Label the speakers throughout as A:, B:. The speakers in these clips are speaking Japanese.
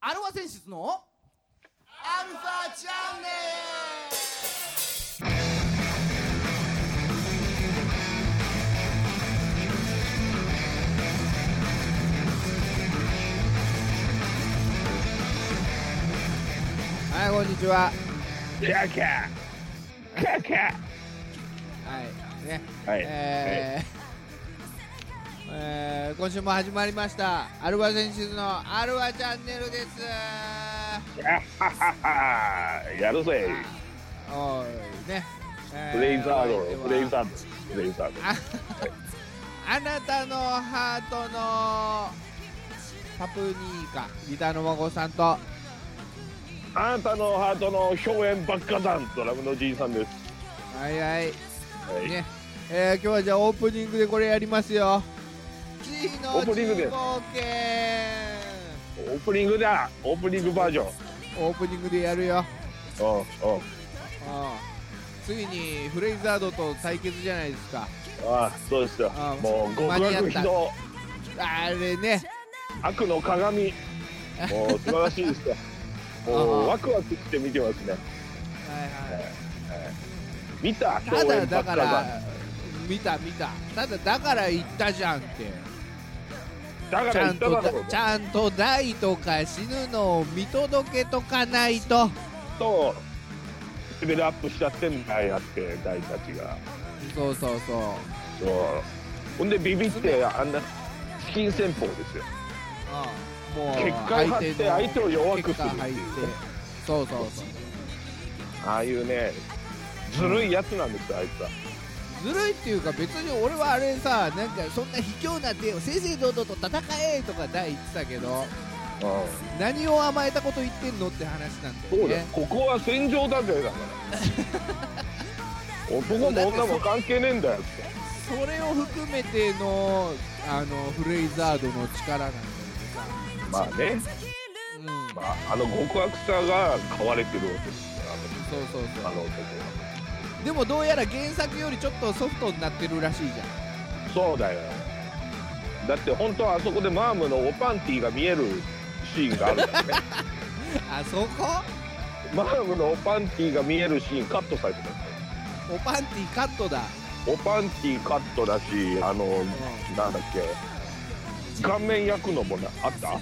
A: アルファ選出のアルファチャンネルはいこんにちは
B: キャーキャーキャーキャ
A: はいね
B: ーはい、
A: えーえー今週も始まりましたアルファ選出のアルファチャンネルです
B: キャーハハハやるぜ
A: おいね、えー
B: プレイザー
A: お相手
B: ド
A: は
B: プレイザードプレイザード
A: ああなたのハートのパプニーカギターの孫さんと
B: あなたのハートの表演ばっかだんドラムのじいさんです
A: はいはい
B: はい、
A: ねえー今日はじゃあオープニングでこれやりますよ G の
B: オープニングで
A: 人工圏
B: オープニングだオープニングバージョン
A: オープニングでやるよ
B: うんうん
A: うんついにフレイザードと対決じゃないですか
B: ああそうですよ
A: ああ
B: もう極
A: 間に合っ
B: 悪
A: た
B: 非道
A: あれね
B: 悪の鏡もう素晴らしい ですよもうワクワクして見てますね
A: はいはい
B: 見た
A: た
B: 表
A: だ
B: 演ば
A: だ
B: っか
A: か
B: だ
A: ら見た見たただだから言ったじゃんって
B: だから
A: ちゃ
B: 言っ
A: ん
B: た
A: と
B: だ
A: だ
B: ろう
A: ちゃんと台とか死ぬのを見届けとかないと
B: とレベルアップしちゃってんだやって大たちが
A: そうそうそう
B: そうほんでビビってあんな資金戦法ですよ
A: うんもう
B: 結界張って
A: の
B: 相手を弱くする
A: 結界張ってそうそうそ
B: ああいうねずるいやつなんですよあいつは
A: うずるいっていうか別に俺はあれさなんかそんな卑怯な手を正々堂々と戦えとか台言ってたけど何を甘えたこと言ってんのって話なんだ
B: そ
A: よ
B: うだよ
A: ね
B: ここは戦場だぜだから 男も女も関係ねえんだよって
A: それを含めてのあのフレイザードの力なんだよね
B: まあね、
A: うん、
B: まあ、あの極悪さが買われてるわけですよ
A: そうそうそ
B: あのあの男
A: うでもどうやら原作よりちょっとソフトになってるらしいじ
B: はそうだよだって本当はあそこでマームのおパンティが見えるシーンがあるんだよね
A: ゃんあそこ
B: マームのおパンティが見えるシーンカットされてたんだよ
A: おパンティカットだ、
B: おパンティカットだしあの
A: う
B: なんだっけ顔面焼くのもなあった
A: ん、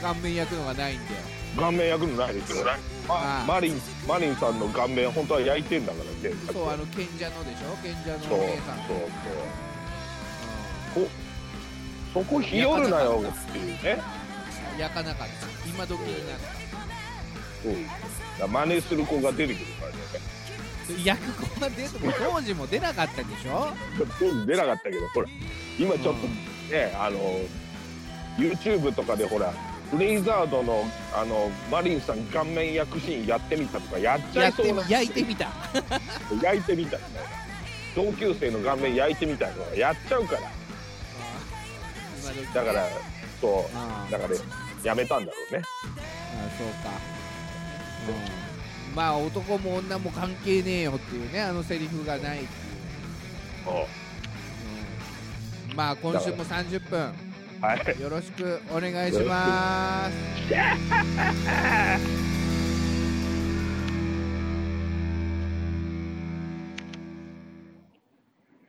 A: 顔面焼くのがないんだよ
B: 顔面焼くのないですよね
A: あ
B: ま
A: あ
B: マリンマリンさんの顔面本当は焼いてんだからね
A: そうあの賢者のでしょ賢者
B: そ
A: の
B: う
A: お姉さん
B: そうそうこそこひよるなよっていうね
A: うん焼かなかった今時になっ
B: そうだから真似する子が出てくるからね
A: た焼く子が出ても当時も出なかったでし ょ
B: ちょっと出なかったけどほら今ちょっとね、あの YouTube とかでほらフレイザードのあのマリンさん顔面焼くシーンやってみたとかやっちゃ
A: や
B: い
A: っ
B: そう
A: て
B: な
A: み焼いてみた
B: 焼いてみたみたいな同級生の顔面焼いてみたとかやっちゃうから
A: 今時
B: だからそう
A: ああ
B: だから、やめたんだろうね
A: あそうか、うん、まあ男も女も関係ねえよっていうねあのセリフがないっていう、
B: う
A: うん、まあ今週も30分
B: んはい
A: よろしくお願いします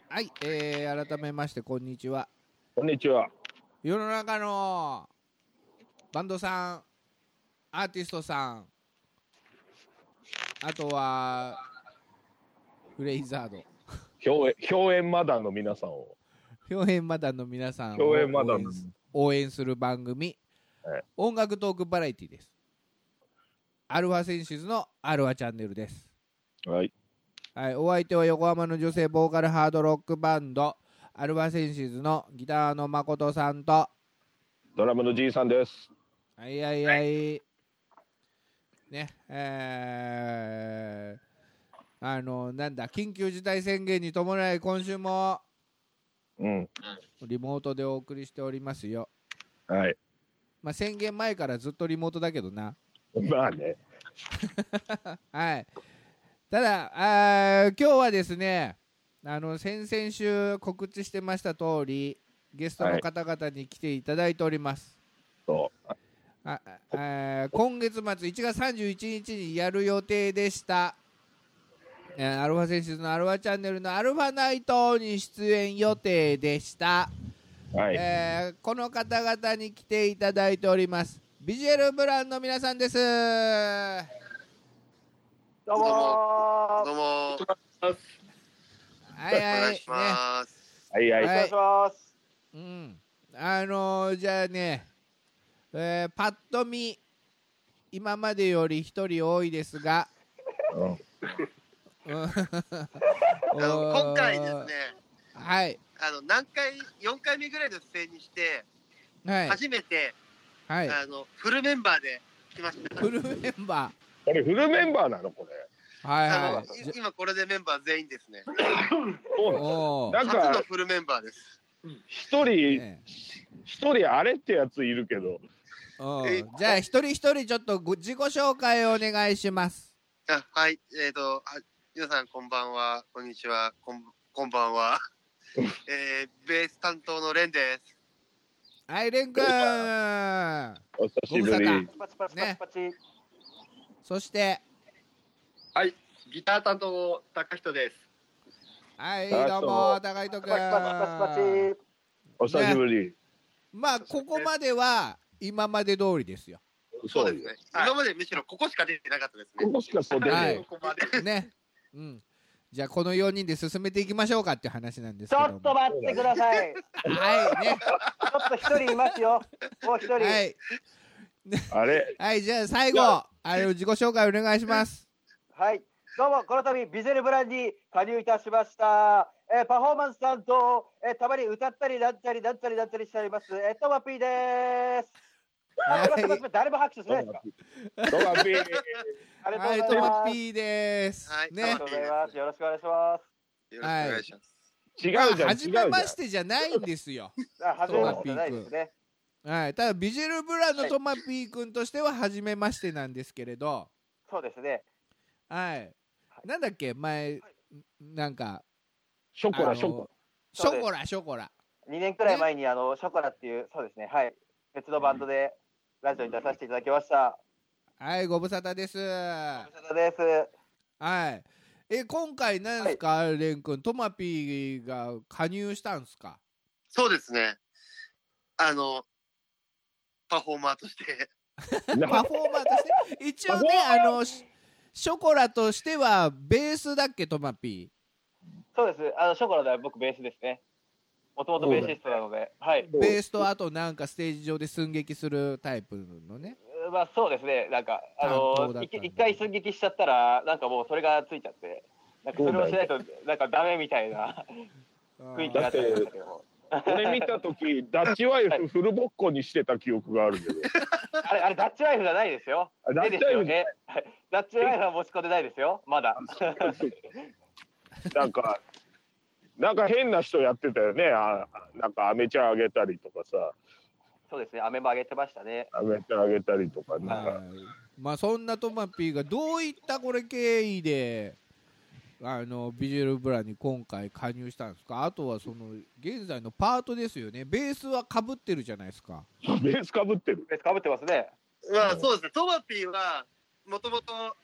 A: はい、えー、改めましてこんにちは
B: こんにちは
A: 世の中のバンドさんアーティストさんあとはフレイザード
B: 表演表演マダンの皆さんを
A: 表演マダンの皆さんを
B: 表演マダン
A: 応援す応援する番組、
B: はい
A: 音楽トークバラエティですアルファセンシズのアルファチャンネルです
B: はい
A: はい、お相手は横浜の女性ボーカルハードロックバンドアルファセンシズのギターの誠さんと
B: ドラムのじいさんです
A: はいはいはい。ね、えー、あの、なんだ、緊急事態宣言に伴い、今週も
B: うん
A: リモートでお送りしておりますよ。
B: はい
A: まあ、宣言前からずっとリモートだけどな。
B: まあね
A: はい。ただ、あー今日はですね、あの、先々週告知してました通り、ゲストの方々に来ていただいております。
B: そう
A: ああえー今月末1月31日にやる予定でした、えーアルファ選手のアルファチャンネルのアルファナイトに出演予定でした、
B: はい、
A: えーこの方々に来ていただいておりますビジュエルブランの皆さんですは
B: どうもー
C: どうもー。
A: いはい
C: お願い
A: ね
C: します。
B: はいはい、
A: はい
D: お願いします。
A: うんあのーじゃあね、えーパッと見今までより1人多いですが
B: うん
A: うん
C: あの今回ですね、
A: はい
C: あの何回四回目ぐらいの出演にして、
A: はい
C: 初めて、
A: はい
C: あのフルメンバーで来ました。
A: フルメンバ
B: これフルメンバーなのこれ
A: ーはい
C: あ
A: は
C: の
A: い
C: い
A: じゃ
C: 今これでメンバー全員ですね。
B: そうなの
A: おー
B: なん
C: 初
B: か
C: のフルメンバーです。
B: 一人
A: ね
B: 一人あれってやついるけど
A: おーじゃあ一人一人ちょっとご自己紹介をお願いします
C: あはい、えっ、とあ皆さんこんばんは、こんにちは、こんこんばんは。えー、ベース担当のレンです。
A: はいレン 君
B: お久しぶ
A: ご無
B: り
A: 沙
D: パチパチパチパチ。
A: そして
E: ギター担当の高人です。
A: はい
B: あ
A: どうも高井戸
D: パチパチパチパ
A: 君
D: チ。
B: お久しぶり、
A: まあここまでは今まで通りですよ
C: そうですね。
E: はい
C: 今までむしろここしか出てなかったです
B: こ
C: ね。
B: こしかそう出ない、
A: はい
E: ここまで。
A: ね うんじゃあこの4人で進めていきましょうかっていう話なんです
D: ち
A: けど
D: ょっと待ってください。ち
A: はいね
D: ょっと一人います よ。もう一人。
A: はい
B: あれ
A: はいじゃあ最後あの自己紹介お願いします
D: はい。どうも、この度、ビゼルブランに加入いたしました。えーパフォーマンス担当、えーたまに歌ったり、なんたり、なんたり、なんたりしております。えー、トマピーです。あ、すいませんすいません誰も拍手しないですか。
B: ドガピー
D: ありがと
A: は
D: う
A: い
D: ご
A: ト
D: ざい
A: マ
D: ます。
A: ピーです
C: はい
D: あり
A: ね
D: がとうございます。よろしくお願いしま
C: よろしくお願いします。
B: 違う
A: まあ
B: じゃん違う
A: 初
B: じゃ
A: め
B: ん
A: ましてじゃないんですよ。
D: す。あ、初めましてじゃないですね。
A: はい、ただビジュルブラのトマピー君としては初めましてなんですけれど、
D: そうですね。
A: はい、なんだっけ前なんか
B: ショコ
A: あの
B: ラショコ
A: ショコラショコラ
D: 2年くらい前に、あの、ショコラっていう、そうですね。はい。別のバンドで、ラジオに出させていただきました。
A: はいご無沙汰です。
D: ご無沙汰です。
A: はい。え今回なんですか、レン君トマピーが加入したんですか。
C: そうですね。あの、パフォーマーとして、
B: ラな
A: パフォーマーとして一応ねあのシショコラとしてはベースだっけトマピ
D: そうです。あの、ショコラでは僕ベースですね。もともとベーシストなので、はい。
A: ー。ベースとあとなんかステージ上で寸劇するタイプのね。
D: まあそうですね、なんか、あ
A: 担当
D: の
A: だったんだ
D: ー、一一回寸劇しちゃったら、なんかもうそれがついちゃって、なんかそれをしないと、なんかダメみたいな雰囲気になっちゃいましたけども。
B: これ見た時ダッチワイフフルボッコにしてた記憶があるけど
D: あれ、あれ、ダッチワイフじゃ ないですよ。
B: あダッ
D: 絵
B: チ
D: です
B: ワイ
D: よ
B: フ
D: ね。はいダッチワイフは持ち込んでないですよ、まだ。
B: なんかなんか変な人やってたよねあなんかアメちゃんあげたりとかさ
D: そうですね、アメも上げてましたね。
B: アメちゃんあげたりとかなんか
A: はいまあそんなトマピーがどういったこれ経緯であのビジュアルブラに今回加入したんですかあとはその現在のパートですよねベースはかぶってるじゃないですか
B: ベースかぶってる
D: ベースかぶってますね。
C: まあ そうですね、トマピーは、もともと、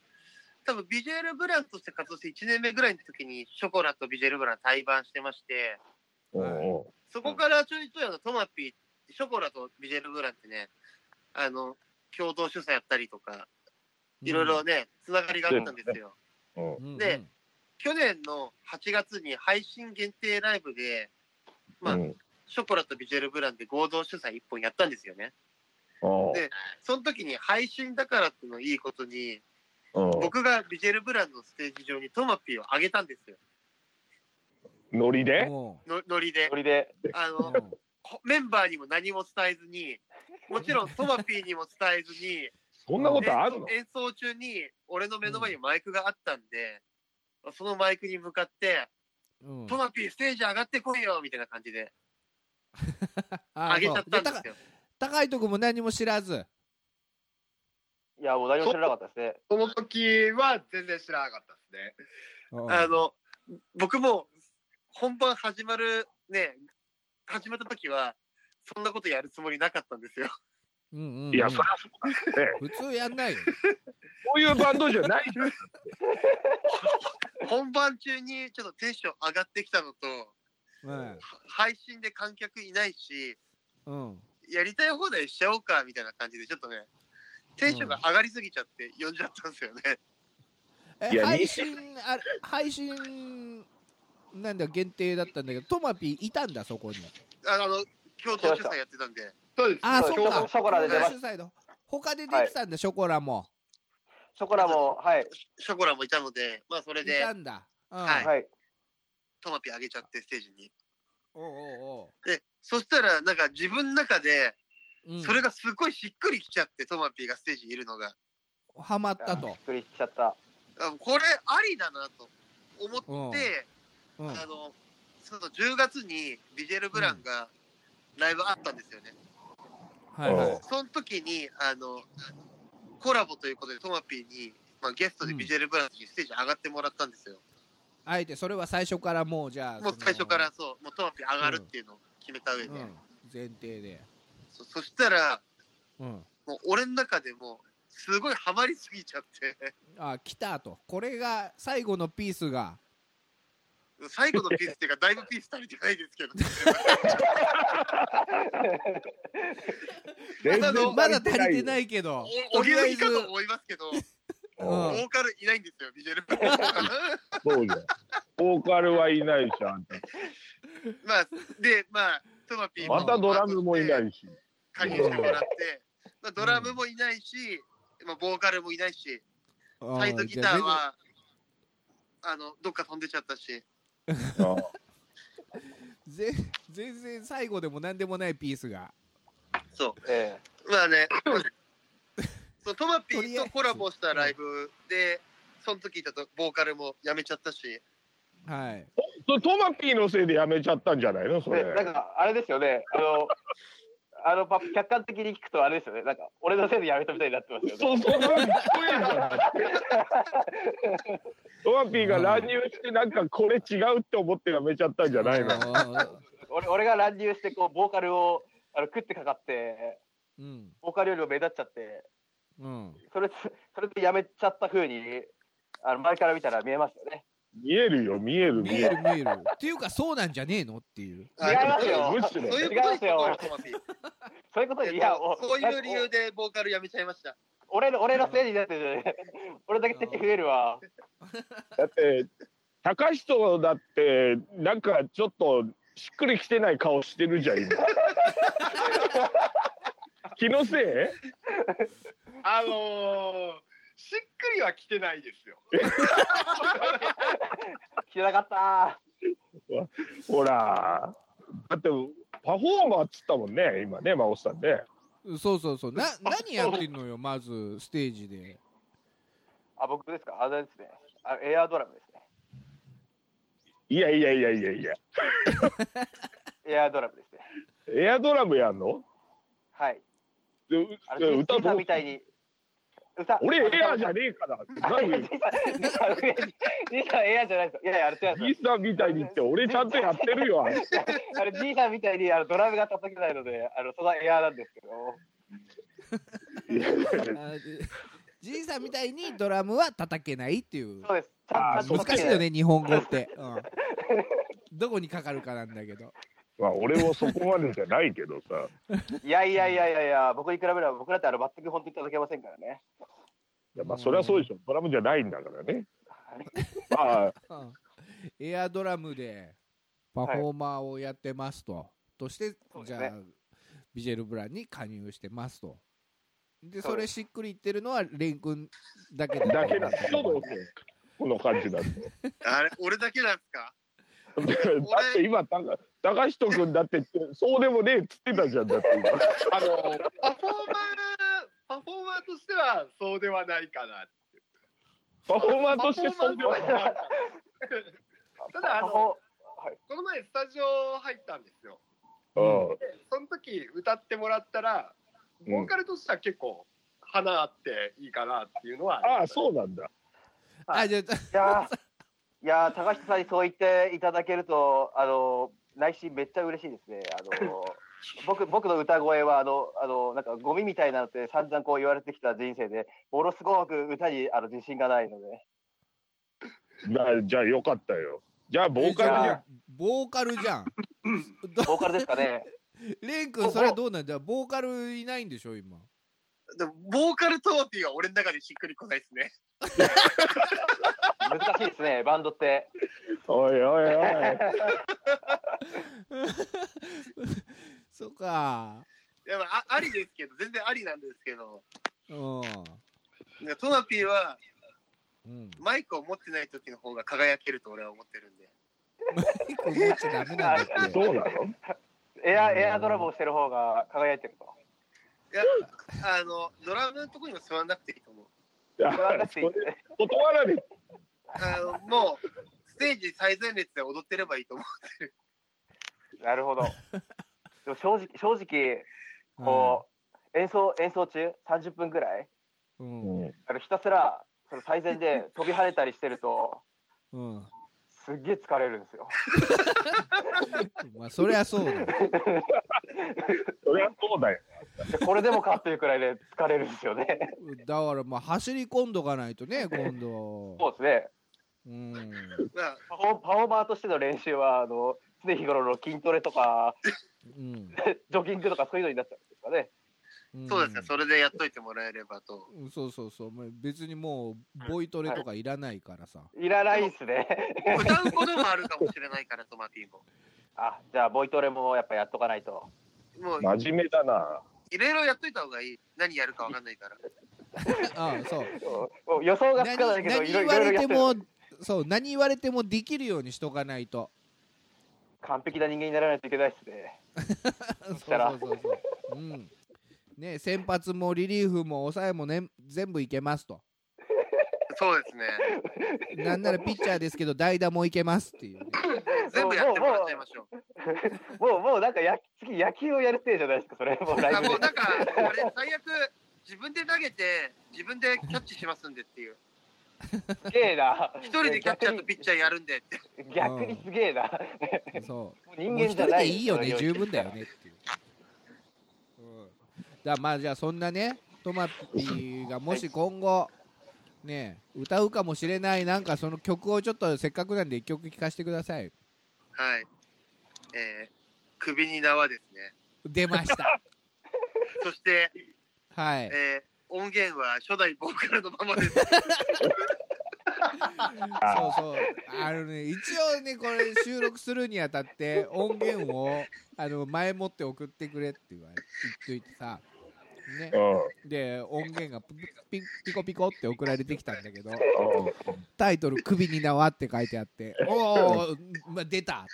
C: 多分ビジュエルブランとして活動して1年目ぐらいの時に、ショコラとビジュエルブラン対バンしてまして、
B: うんうん
C: そこからちょいちょいあのトマピー、ショコラとビジュエルブランってね、あの、共同主催やったりとか、いろいろね、つながりがあったんですよ。
B: うん
A: うん
C: で去年の8月に配信限定ライブで、まあ
B: うん
C: ショコラとビジュエルブランで合同主催1本やったんですよね。
B: うん
C: でその時に配信だからっていうのをいいことに、
B: うん
C: 僕がビジェルブランのステージ上にトマピーを上げたんですよ。
B: ノリ
A: う
B: で
A: んも
C: のノリで
D: ノ。リで。
C: あ
A: う
C: の、
A: うん
C: ほメンバーにも何も伝えずに、もちろんトマピーにも伝えずに、
B: そんなことある
C: 演
B: の
C: 演奏中に俺の目の前にマイクがあったんで、そのマイクに向かって、
A: うん
C: トマピーステージ上がってこいよみたいな感じで
A: あ
C: 上げちゃったんで
A: そう
C: すよ。
A: 高いとこも何も知らず
D: いや、もう何も知らなかったですね。
E: その時は全然知らなかったですね。
C: あの、僕も本番始 まるね、始まった時は、そんなことやるつもりなかったんですよ。
A: うんうんうん
B: いや、そりゃそうだよね。
A: 普通やんないよ
B: そういうバンドじゃないじゃん。
C: 本番中にちょっとテンション上がってきたのと、
A: はい
C: 配信で観客いないし、
A: うん
C: やりたい放題しちゃおうかみたいな感じで、ちょっとね、テンションが上がりすぎちゃって、呼んじゃったんですよね。
A: え
B: いや
A: 配信あれ配信なんだ限定だったんだけどトマピーいたんだそこに
C: あの、共同主催やってたんで、
E: そうです。
A: あ
E: 今日
A: ーそっか
D: ショコラで出ま
A: 主
D: す。
A: 催の他で出てたんだ、ショコラも
D: ショコラも、はい。
C: ショコラもいたので、まあそれ
A: い
C: で
A: たんだ、うん、
C: はい
D: はい。
C: トマピ上げちゃって、ステージに。
A: おうおう
C: で、そしたら、なんか自分の中で、
A: おう、うん、
C: それがすごいしっくりきちゃって、トマピーがステージにいるのが。
A: ハマった
D: びっ
A: と、
D: くりしちゃった。
C: あこれありだなと思って、
A: うん、
C: あの、その10月にビジェル・ブランがライブあったんですよね。
A: はいはい
C: その時に、あの、コラボということでトマピーに、まあ、ゲストでビジェル・ブランにステージ上がってもらったんですよ。
A: あえてそれは最初からもうじゃあそ
C: もう
A: の
C: 最初からそう、もうトマピー上がるっていうのを決めた上で。
A: うん、前提で、
C: そそしたら、
A: うん、
C: もう俺の中でもうすごいハマりすぎちゃって。
A: あ来たとこれが最後のピースが
C: 最後のピースっていうか、だいぶピース足りてないですけど、
B: 全
C: まだ
B: 然
A: まだ足りて
B: い。
A: ないけど
C: お
A: と
C: お
A: り
C: ぎ
A: あ
C: ゅ
A: え
C: う
A: ず
C: かと思います けど、
A: うん
C: ボーカルいないんですよ、ビジュア ル。ま
B: そうじゃん。ボーカルはいないし、あんた
C: あ、で、まあ、トマピー。
B: またドラムもいないいし。
C: 加入してもらって、まあ、ドラムもいないし、まあ、ボーカルもいないし、
A: うん
C: サイトギターは、あの、どっか飛んでちゃったし、
B: ああ
A: ぜ全然最後でも何でもないピースが
C: そ
D: え
C: う。ま あね、そうトマピ
A: と
C: ー
A: りあえ
C: と
A: ず
C: コラボしたライブで、その時いたとボーカルもやめちゃったし、
A: はい
B: とトマピーのせいでやめちゃったんじゃないのそ
D: え。
B: れ。
D: で、なんか、あれですよね。あの、 あの、パ客観的に聞くとあれですよね。なんか、俺のせいでやめたみたいになってますよね。
B: そうそう、そういうのじゃないトマピーが乱入して、なんかこれ違うって思ってやめちゃったんじゃないの
D: 俺俺が乱入して、こう、ボーカルを、あの、食ってかかって、
A: うん
D: ボーカルよりも目立っちゃって、
A: うん
D: それ、それでやめちゃった風に、あの、前から見たら見えますよね。
B: 見えるよ、見える、見
A: 見
B: え
A: え
B: る。
A: る見えるっていうかそうなんじゃねえのっていう
D: 違いますよ
B: むしろ
C: そういうことです
D: 違い
C: よ
D: ま、
C: トマピー。
D: そういうこと
C: えっ
D: に、
C: と
D: いや、お
C: そういう理由でボーカルやめちゃいました。
D: 俺の俺のせいになってる、 俺だけ席増えるわ。
B: だって、高橋とだって、なんかちょっとしっくりきてない顔してるじゃん、今。 気のせい
E: あのー、しっくりは来てないですよ。
D: 聞けなかった。
B: ほら。だって、パフォーマーっつったもんね、今ね、真央さんね。
A: そうそうそうな何やってんのよまずステージで
D: あ、僕ですかあれですね。あエアードラムです
B: いやいやいやいやいや。
D: ね。エアードラムですね。
B: エアドラムやんの
D: はい。
B: で
D: あ
B: で
D: の、
B: 歌
D: 歌
B: どう
D: みたいに。歌
B: 俺エアーじ
D: ゃ
B: ゃねえからって何
D: じさん、じいさんエアーじゃないですよ。いやいや、あれ違うん
B: じ
D: で
B: いさんみたいにって俺ちゃんとやってる よあれ
D: すよ。あれ、じいさんみたいにあのドラムが叩けないので、あの、そのエアーなんですけど。
A: あでじいさんみたいにドラムは叩けないっていう
D: そうです。ち
B: あ
D: ゃ
B: ー
D: んと
B: そっ
D: 叩
A: 難し
D: け
A: い
D: ない
A: よ。ね日本語って、うん、どこにかかるかなんだけど
B: まあ俺もそこまでじゃないけどさ
D: いやいやいやいやいや、僕に比べれば僕だってあの全く本当に叩けませんからね。
B: いやまあそれはそうでしょドラムじゃないんだからねまあ
A: うんエアドラムでパフォーマーをやってますと、として、
D: そうで
A: じ
D: す
A: ゃ
D: ね
A: あビジェルブランに加入してますとで
D: そ
A: そう
D: で
A: れしっくりいってるのはレン君だけだ
B: だけなんだちょっと待ってこの感じだって
C: あれ、俺だけなんですか
B: だって今たか高人君だってそうでもねえっつってたじゃんだって今
E: あのー、パフォーマー、パフォーマーとしてはそうではないかな。
B: パフォーマーと
E: パ
B: し
E: フォー
B: て
E: マ
B: そう
E: ー
B: で
E: で
B: も
E: は
B: ない
E: ないかな。ただあの
D: パフォー
E: この前スタジオ入ったんですよ。
B: うん
E: でその時歌ってもらったら
B: うん
E: ボーカルとしては結構花あっていいかなっていうのは、
B: ああそうなんだ
A: あじゃあ
D: いやー、いやー高 橋さんにそう言っていただけると、あのー内心めっちゃ嬉しいですね。あのー僕僕の歌声はあのあのなんかゴミみたいなのって散々こう言われてきた人生でものすごく歌にあの自信がないので
B: じゃあじゃあよかったよじゃあボーカルじゃん
A: ボーカルじゃん
D: ボーカルですか ね
A: レン君それはどうなんだボーカルいないんでしょ今
C: でも、ボーカルトマピーは俺の中でしっくりこないですね。
D: 難しいですねバンドって
B: おいおいおい
A: そっか
C: いやまあ、あありですけど、全然ありなんですけど、
A: うん
C: なんかトマピーは
A: うん、
C: マイクを持ってない時の方が輝けると俺は思ってるんで。
A: 結構持っちゃダメ なんだって
B: そうなの
D: エアエアドラムをしてる方が輝いてると
C: いや、あの、ドラムのとこにも座んなくていいと思う。
B: いや
D: それはだっ
B: そ
D: て
B: れ断られ
C: あの、もう、ステージ最前列で踊ってればいいと思
D: なるほどでも正直正直こう、演奏演奏中30分ぐらい
A: うん
D: あのひたすらその最前で飛び跳ねたりしてると
A: うん、
D: すっげえ疲れるんですよ
A: まあそりゃそうだ
B: そりゃそうだよ
D: でこれでもかっていうくらいで疲れるんですよね
A: だからまあ走り込んどかないとね今度
D: そうですね
A: うん
C: う。まあ、
D: パフォパフォーマーとしての練習はあの常日頃の筋トレとか
A: うん
D: ジョギングとかそういうのになっちゃうんですかね
A: うん
C: そうですね、それでやっといてもらえればと。
A: うんそうそうそうまあ別にもうボイトレとかいらないからさ、
D: いらないですね
C: 歌うこともあるかもしれないから、トマピーも。
D: あじゃあボイトレもやっぱやっとかないと
C: もう、
B: 真面目だない
C: ろいろやっといた方がいい。何やるかわかんないから。
A: ああそう
D: うん予想がつ
A: 何
D: かないけど
A: 何
D: い
A: 言
D: ろいろい
A: わ
D: ろ
A: れ
D: やっててる
A: もそう何言われてもできるようにしとかないと
D: 完璧な人間にならないといけないですね
A: そう
D: したら
A: そうそうそううんね先発もリリーフも抑えも、ね、全部いけますと
C: そうですね。
A: なんならピッチャーですけど代打もいけますっていうね、
C: 全部やってもらっちゃいましょう。
D: もうもうなんかや次野球をやるせいじゃないですか それもう来
C: あ
D: 年
C: もうなんか、あれ、最悪、自分で投げて、自分でキャッチしますんでっていう。
D: すげえな
C: 一人でキャッチャーとピッチャーやるんでって。
D: 逆にすげえな
A: そう
D: もう
A: もう一
D: 人間じ
A: 人
D: ゃな
A: で
D: い
A: いいよね
D: その領域
A: 十分だよねっていう、うん、だからまあじゃあそんなねトマピーがもし今後ね歌うかもしれないなんかその曲をちょっとせっかくなんで一曲聴かせてください
C: はい。えー、首に縄ですね。
A: 出ました
C: そして、
A: はい
C: えー、音源は初代ボーカルのままです。
A: そうそうあのね一応ねこれ収録するにあたって音源をあの前もって送ってくれって言われ言っといてさね
B: う
A: で音源がピピピコピコって送られてきたんだけど
B: んうん
A: タイトル「首に縄」って書いてあ って「おお、まあ、出た」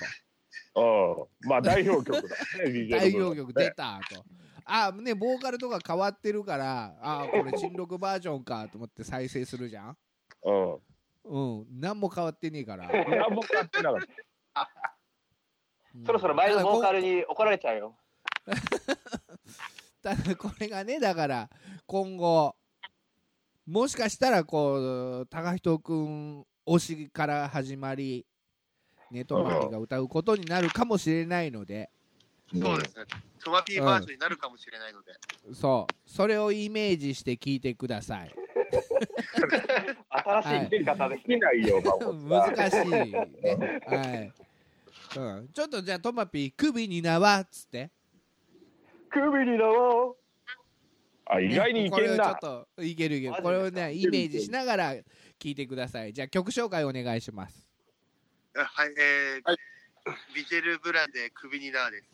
B: うんまあ代表曲だね
A: と「
B: DJ
A: 代表曲出
B: で
A: た」と「あねボーカルとか変わってるからあこれ新録バージョンか」と思って再生するじゃん
B: うん
A: うん何も変わってねえから、
B: 何も買ってなかっ
A: うん
D: そろそろ前のボー
A: ただ
D: カ
A: こ
D: ルに怒られちゃうよ
A: ただこれがねだから今後もしかしたらこう高人君推しから始まりネトマリが歌うことになるかもしれないので
B: た
C: そうですね。トマピーバージョンになるかもしれないので。
A: そうそれをイメージして聞いてください
D: 新しい生き方で
B: ですき
D: ね、
B: ないよ孫さん
A: 難しい ね。はい。うん、ちょっとじゃあトマピー首に縄っつって、
D: 首に縄を
B: あ意外にい
A: こ
B: け
A: れ
B: ん
A: をちょ
B: な
A: っといけるいける
D: マジですか
A: これをねイメージしながら聞いてくださいじゃあ曲紹介お願いします
C: あはい、えービジェル・ブランで首に縄です。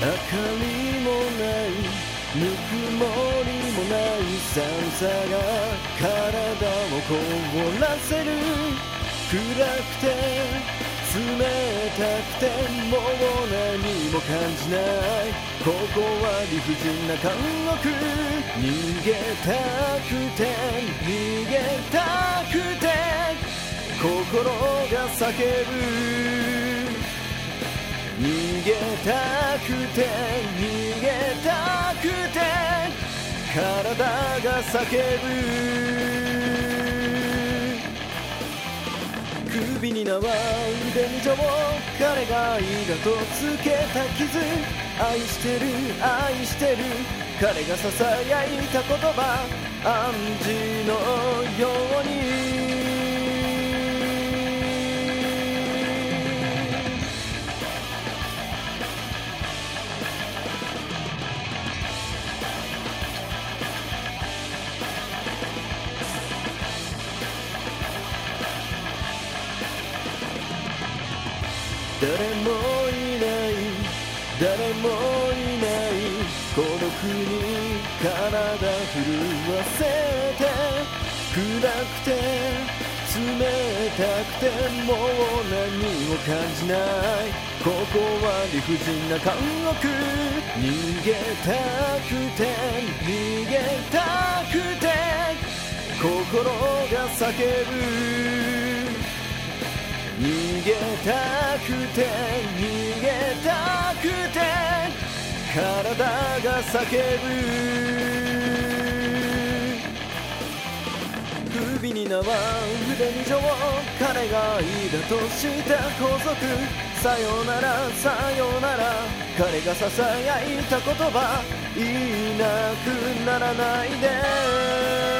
F: 明かりもないぬくもりもない寒さが体を凍らせる暗くて冷たくてもう何も感じないここは理不尽な監獄逃げたくて逃げたくて心が叫ぶ逃げたくて逃げたくて体が叫ぶ首に縄腕に錠彼がいだとつけた傷愛してる愛してる彼が囁いた言葉暗示のように誰もいない誰もいない孤独に体震わせて暗くて冷たくてもう何も感じないここは理不尽な監獄逃げたくて逃げたくて心が叫ぶ逃げたくて逃げたくて体が叫ぶ首に縄腕に錠彼がいだとした皇族さよならさよなら彼が囁いた言葉いなくならないで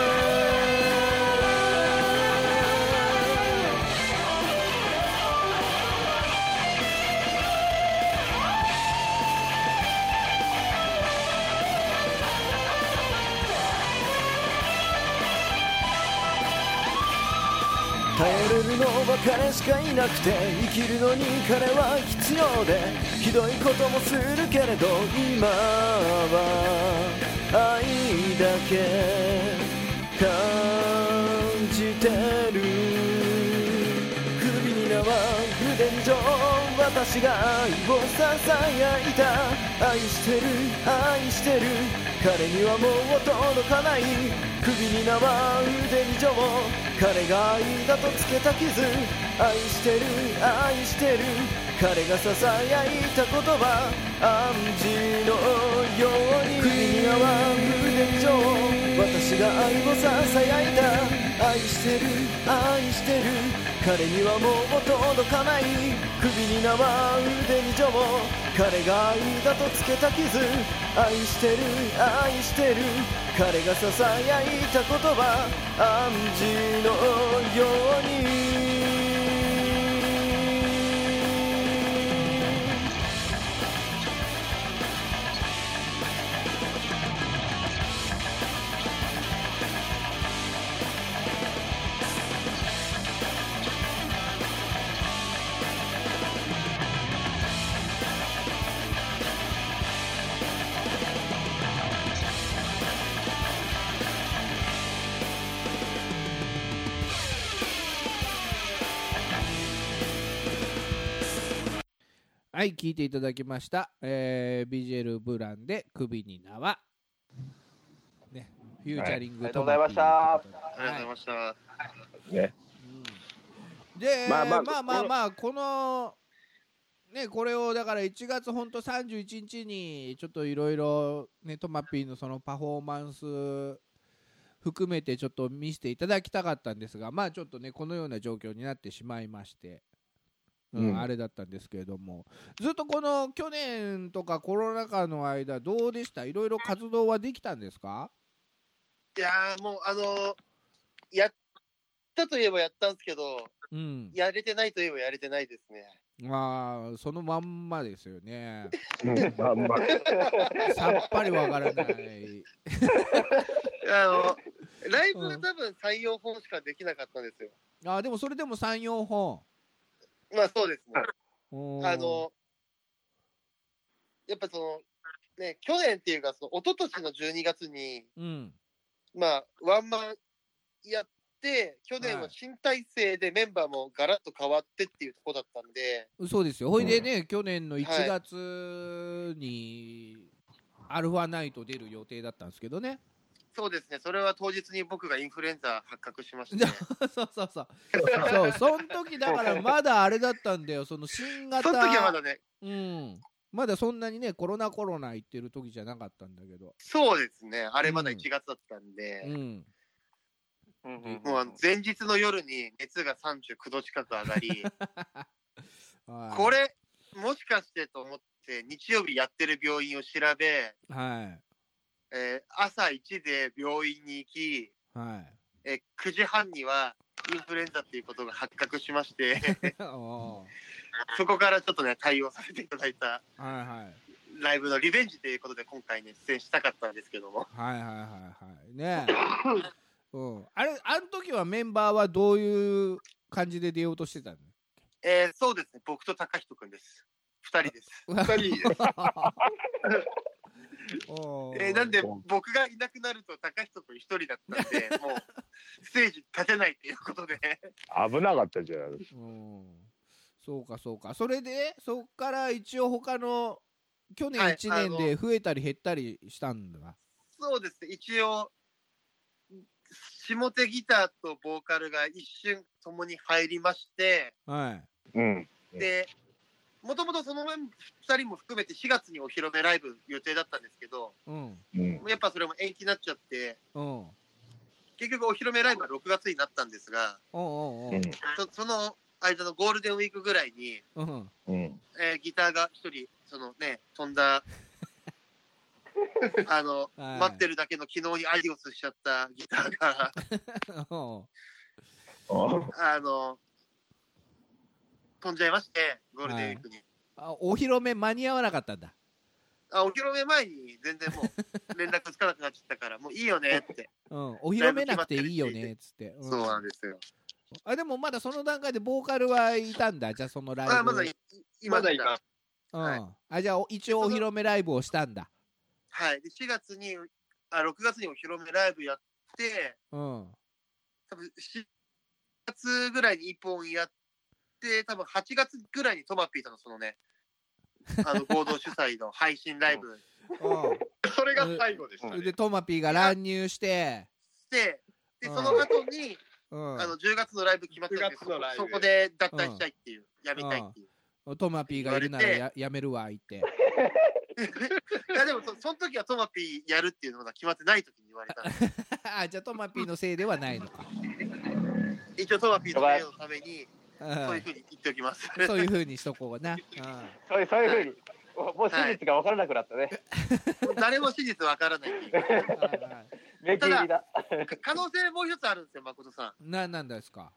F: 頼れるのは彼しかいなくて生きるのに彼は必要でひどいこともするけれど今は愛だけ感じてる首に縄腕に錠私が愛を囁いた愛してる愛してる彼にはもう届かない首に縄腕に錠彼が愛だとつけた傷愛してる愛してる彼が囁いた言葉暗示のように首に縄腕に錠私が愛を囁いた愛してる愛してる彼にはもう届かない首に縄腕に錠彼が愛だとつけた傷愛してる愛してる彼が囁いた言葉暗示のように
A: はい聞いていただきました、えー、BGL ブランで首に縄ねフューチャリング
D: はいありがとうございました
A: トマピーということ
C: ありがとうございました。
B: ね。
A: で、ま
B: ま
A: あま
B: あま
A: あ
B: あ
A: まあまあ、このねこれをだから1月ほんと31日にちょっといろいろねトマピーのそのパフォーマンス含めてちょっと見せていただきたかったんですがまあちょっとねこのような状況になってしまいまして、うん
B: うん
A: あれだったんですけれどもずっとこの去年とかコロナ禍の間どうでしたいろいろ活動はできたんですか
C: いやーもうあのーやったといえばやったんですけど、
A: うん、
C: やれてないといえばやれてないです ね。
A: まあそのまんまですよね。
B: うんまあま あ
A: さっぱりわからない。
C: あの、ライブは多分採用本しかできなかったんですよ。
A: あでもそれでも3、4本。
C: まあそうですね。
A: おー
C: あ、の、やっぱその、ね、去年っていうか、その、一昨年の12月に、
A: うん。
C: まあ、ワンマンやっ
E: って、去年は新体制でメンバーもガラッと変わってっていうとこだったんで、
A: そうですよほいでね、去年の1月にアルファナイト出る予定だったんですけどね
C: そうですね、それは当日に僕がインフルエンザ発覚しまして、
A: そうそ うそうそうそん時だからまだあれだったんだよその新型
C: その時はまだね、
A: うんまだそんなにねコロナコロナ言ってる時じゃなかったんだけど
C: そうですね、あれまだ1月だったんで、
A: うん
C: もうあの前日の夜に熱が39度近く上がり、
A: はい
C: これ、もしかしてと思って、日曜日やってる病院を調べ、
A: はい
C: えー朝1で病院に行き、
A: はい
C: えー9時半にはインフルエンザっていうことが発覚しまして、
A: お
C: そこからちょっとね、対応させていただいた
A: ーはいはい
C: ライブのリベンジということで、今回ね、出演したかったんですけども、
A: はいはいはいはいねえ うんあれあの時はメンバーはどういう感じで出ようとしてたの
C: えーそうですね、僕と高人くんです。2人です。
E: 2人、
A: おー
C: えーなんで、僕がいなくなると、高人くん1人だったんで、もう、ステージ立てないっていうことで、
B: 危なかったじゃないですか。
A: うんそうかそうかそれでそっから一応他の去年
C: はい
A: 1年で増えたり減ったりしたんだな
C: そうですね、一応、下手ギターとボーカルが一瞬ともに入りまして、
A: はい
B: うん。
C: で、もともとその2人も含めて4月にお披露目ライブ予定だったんですけど、
A: うん
B: うん。
C: やっぱそれも延期になっちゃって、
A: うんうん
C: 結局お披露目ライブは6月になったんですが、
A: うん
B: うん。
C: そその間のゴールデンウィークぐらいに、
A: うんうん
B: うん。
C: えーギターが1人、そのね、飛んだ、あの、
A: はい
C: 待ってるだけの昨日にアディオスしちゃったギターが、
A: お
B: あ
C: あの、飛んじゃいまして、ゴールデンウィークに。
A: あお披露目間に合わなかったんだ
C: あ、お披露目前に全然もう連絡つかなくなっちゃったから、もういいよねって。
A: うんお披露目なくていいよねっつって、ん
C: そうなんですよ。
A: あでもまだその段階でボーカルはいたんだじゃあそのライブ
C: あ、まだい今
E: まだ
C: だ
E: 今
C: 今。、
A: うん
C: はい
A: あじゃあお一応お披露目ライブをしたんだ
C: はい。で、4月に、あ、6月にお披露目ライブやって、
A: うん
C: 多分7月ぐらいに1本やって、多分8月ぐらいにトマピーとのそ のね、あの合同主催の配信ライブ
E: それが最後でした
A: うん
E: ね
A: で。トマピーが乱入して
C: して、で、その後に、
A: うん
C: あの10月のライブ決まったんで
E: 10月のライブ
C: そこそこで脱退したいっていう、やめたいっていう。
A: トマピーがいるならややめるわ言って
C: いやでもそその時はトマピーやるっていうのが決まってない時に言 われたんで
A: あじゃあトマピーのせいではないのか、
C: 一応トマピーの名誉のためにそういう
A: う
C: ふうに言っておきます。
A: ん、そういうふうにしとこうな、
D: そういうそういうふうにもうもう真実が分からなくなったね、
C: 誰も真実わからないっていう
D: めきりだ
C: か可能性もう一つあるんですよ誠さん。
A: うん、ななんですか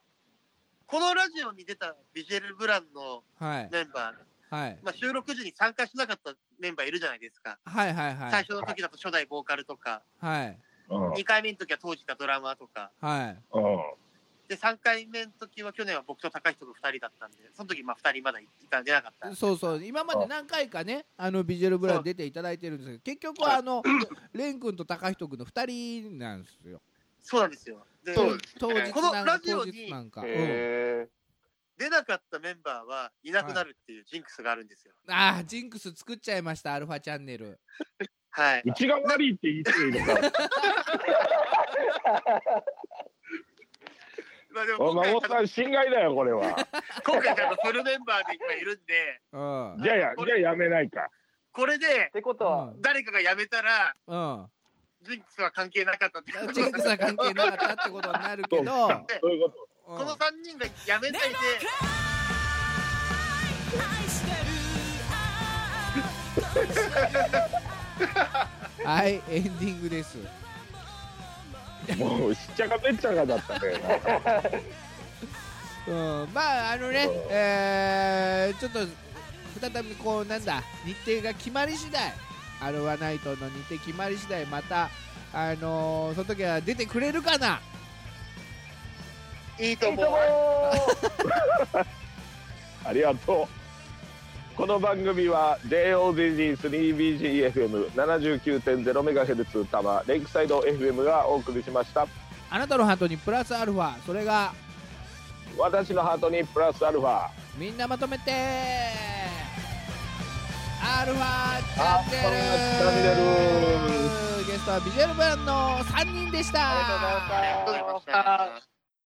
C: このラジオに出たビジュエル・ブランの
A: はい
C: メンバー、
A: はい
C: まあ、収録時に参加しなかったメンバーいるじゃないですか。
A: はいはいは
C: 最
A: い
C: 初の時だと初代ボーカルとか、
A: はい
B: うん。
C: 2回目の時は当時かドラマーとか、
A: はい
B: うん。
C: で、3回目の時は去年は僕と高人と2人だったんで、その時まあ2人まだいたんじゃなかった。
A: そうそう今まで何回かねあのビジュアルブラン出ていただいてるんですけど結局はあのレン君と高仁君の2人なんですよ
C: そうなんですよ。で、
E: そうです
A: 当日
C: この
A: なん
C: ラ
A: か
C: ジオ
A: 当
C: に
A: 日なんか、うん
D: へ
C: 出なかったメンバーはいなくなるっていうジンクスがあるんですよ。
A: あージンクス作っちゃいましたアルファチャンネル
C: はい。
B: うちが悪いって言ってるのか。
C: まあでも
B: お
C: 今回
B: 孫さん、侵害だよ、これは。
C: 今回ちゃんとフルメンバーで今いるんで、
A: うんうん
B: じゃあや、じゃあやめないか。
C: これで
D: ってことは、
C: 誰かが辞めたら、
A: うん
C: ジンクスは関係なかったってこと
A: ジェイクさん関係なかったってことになるけど、
B: そういうこ
C: この3人が辞めないで、
A: はい、エンディングです。
B: と。もう、しっちゃかめっちゃかだったね。なんか
A: うん、まあ、あのね、えー、ちょっと、再びこう、なんだ、日程が決まり次第、アルワナイトの日程決まり次第、また、あのー、その時は出てくれるかな、
C: いいと
D: いい
C: 思
D: と
C: う。
D: も
B: ありがとう。この番組は JOZZ3BGFM79.0MHz 多摩レイクサイド FM がお送りしました。
A: あなたのハートにプラスアルファそれが
B: 私のハートにプラスアルファ
A: みんなまとめてアルファチャンネ
B: アルファチャン
A: ルゲストはビジュアルブランの3人でした
E: ありがとうございました
C: ありがとうございました。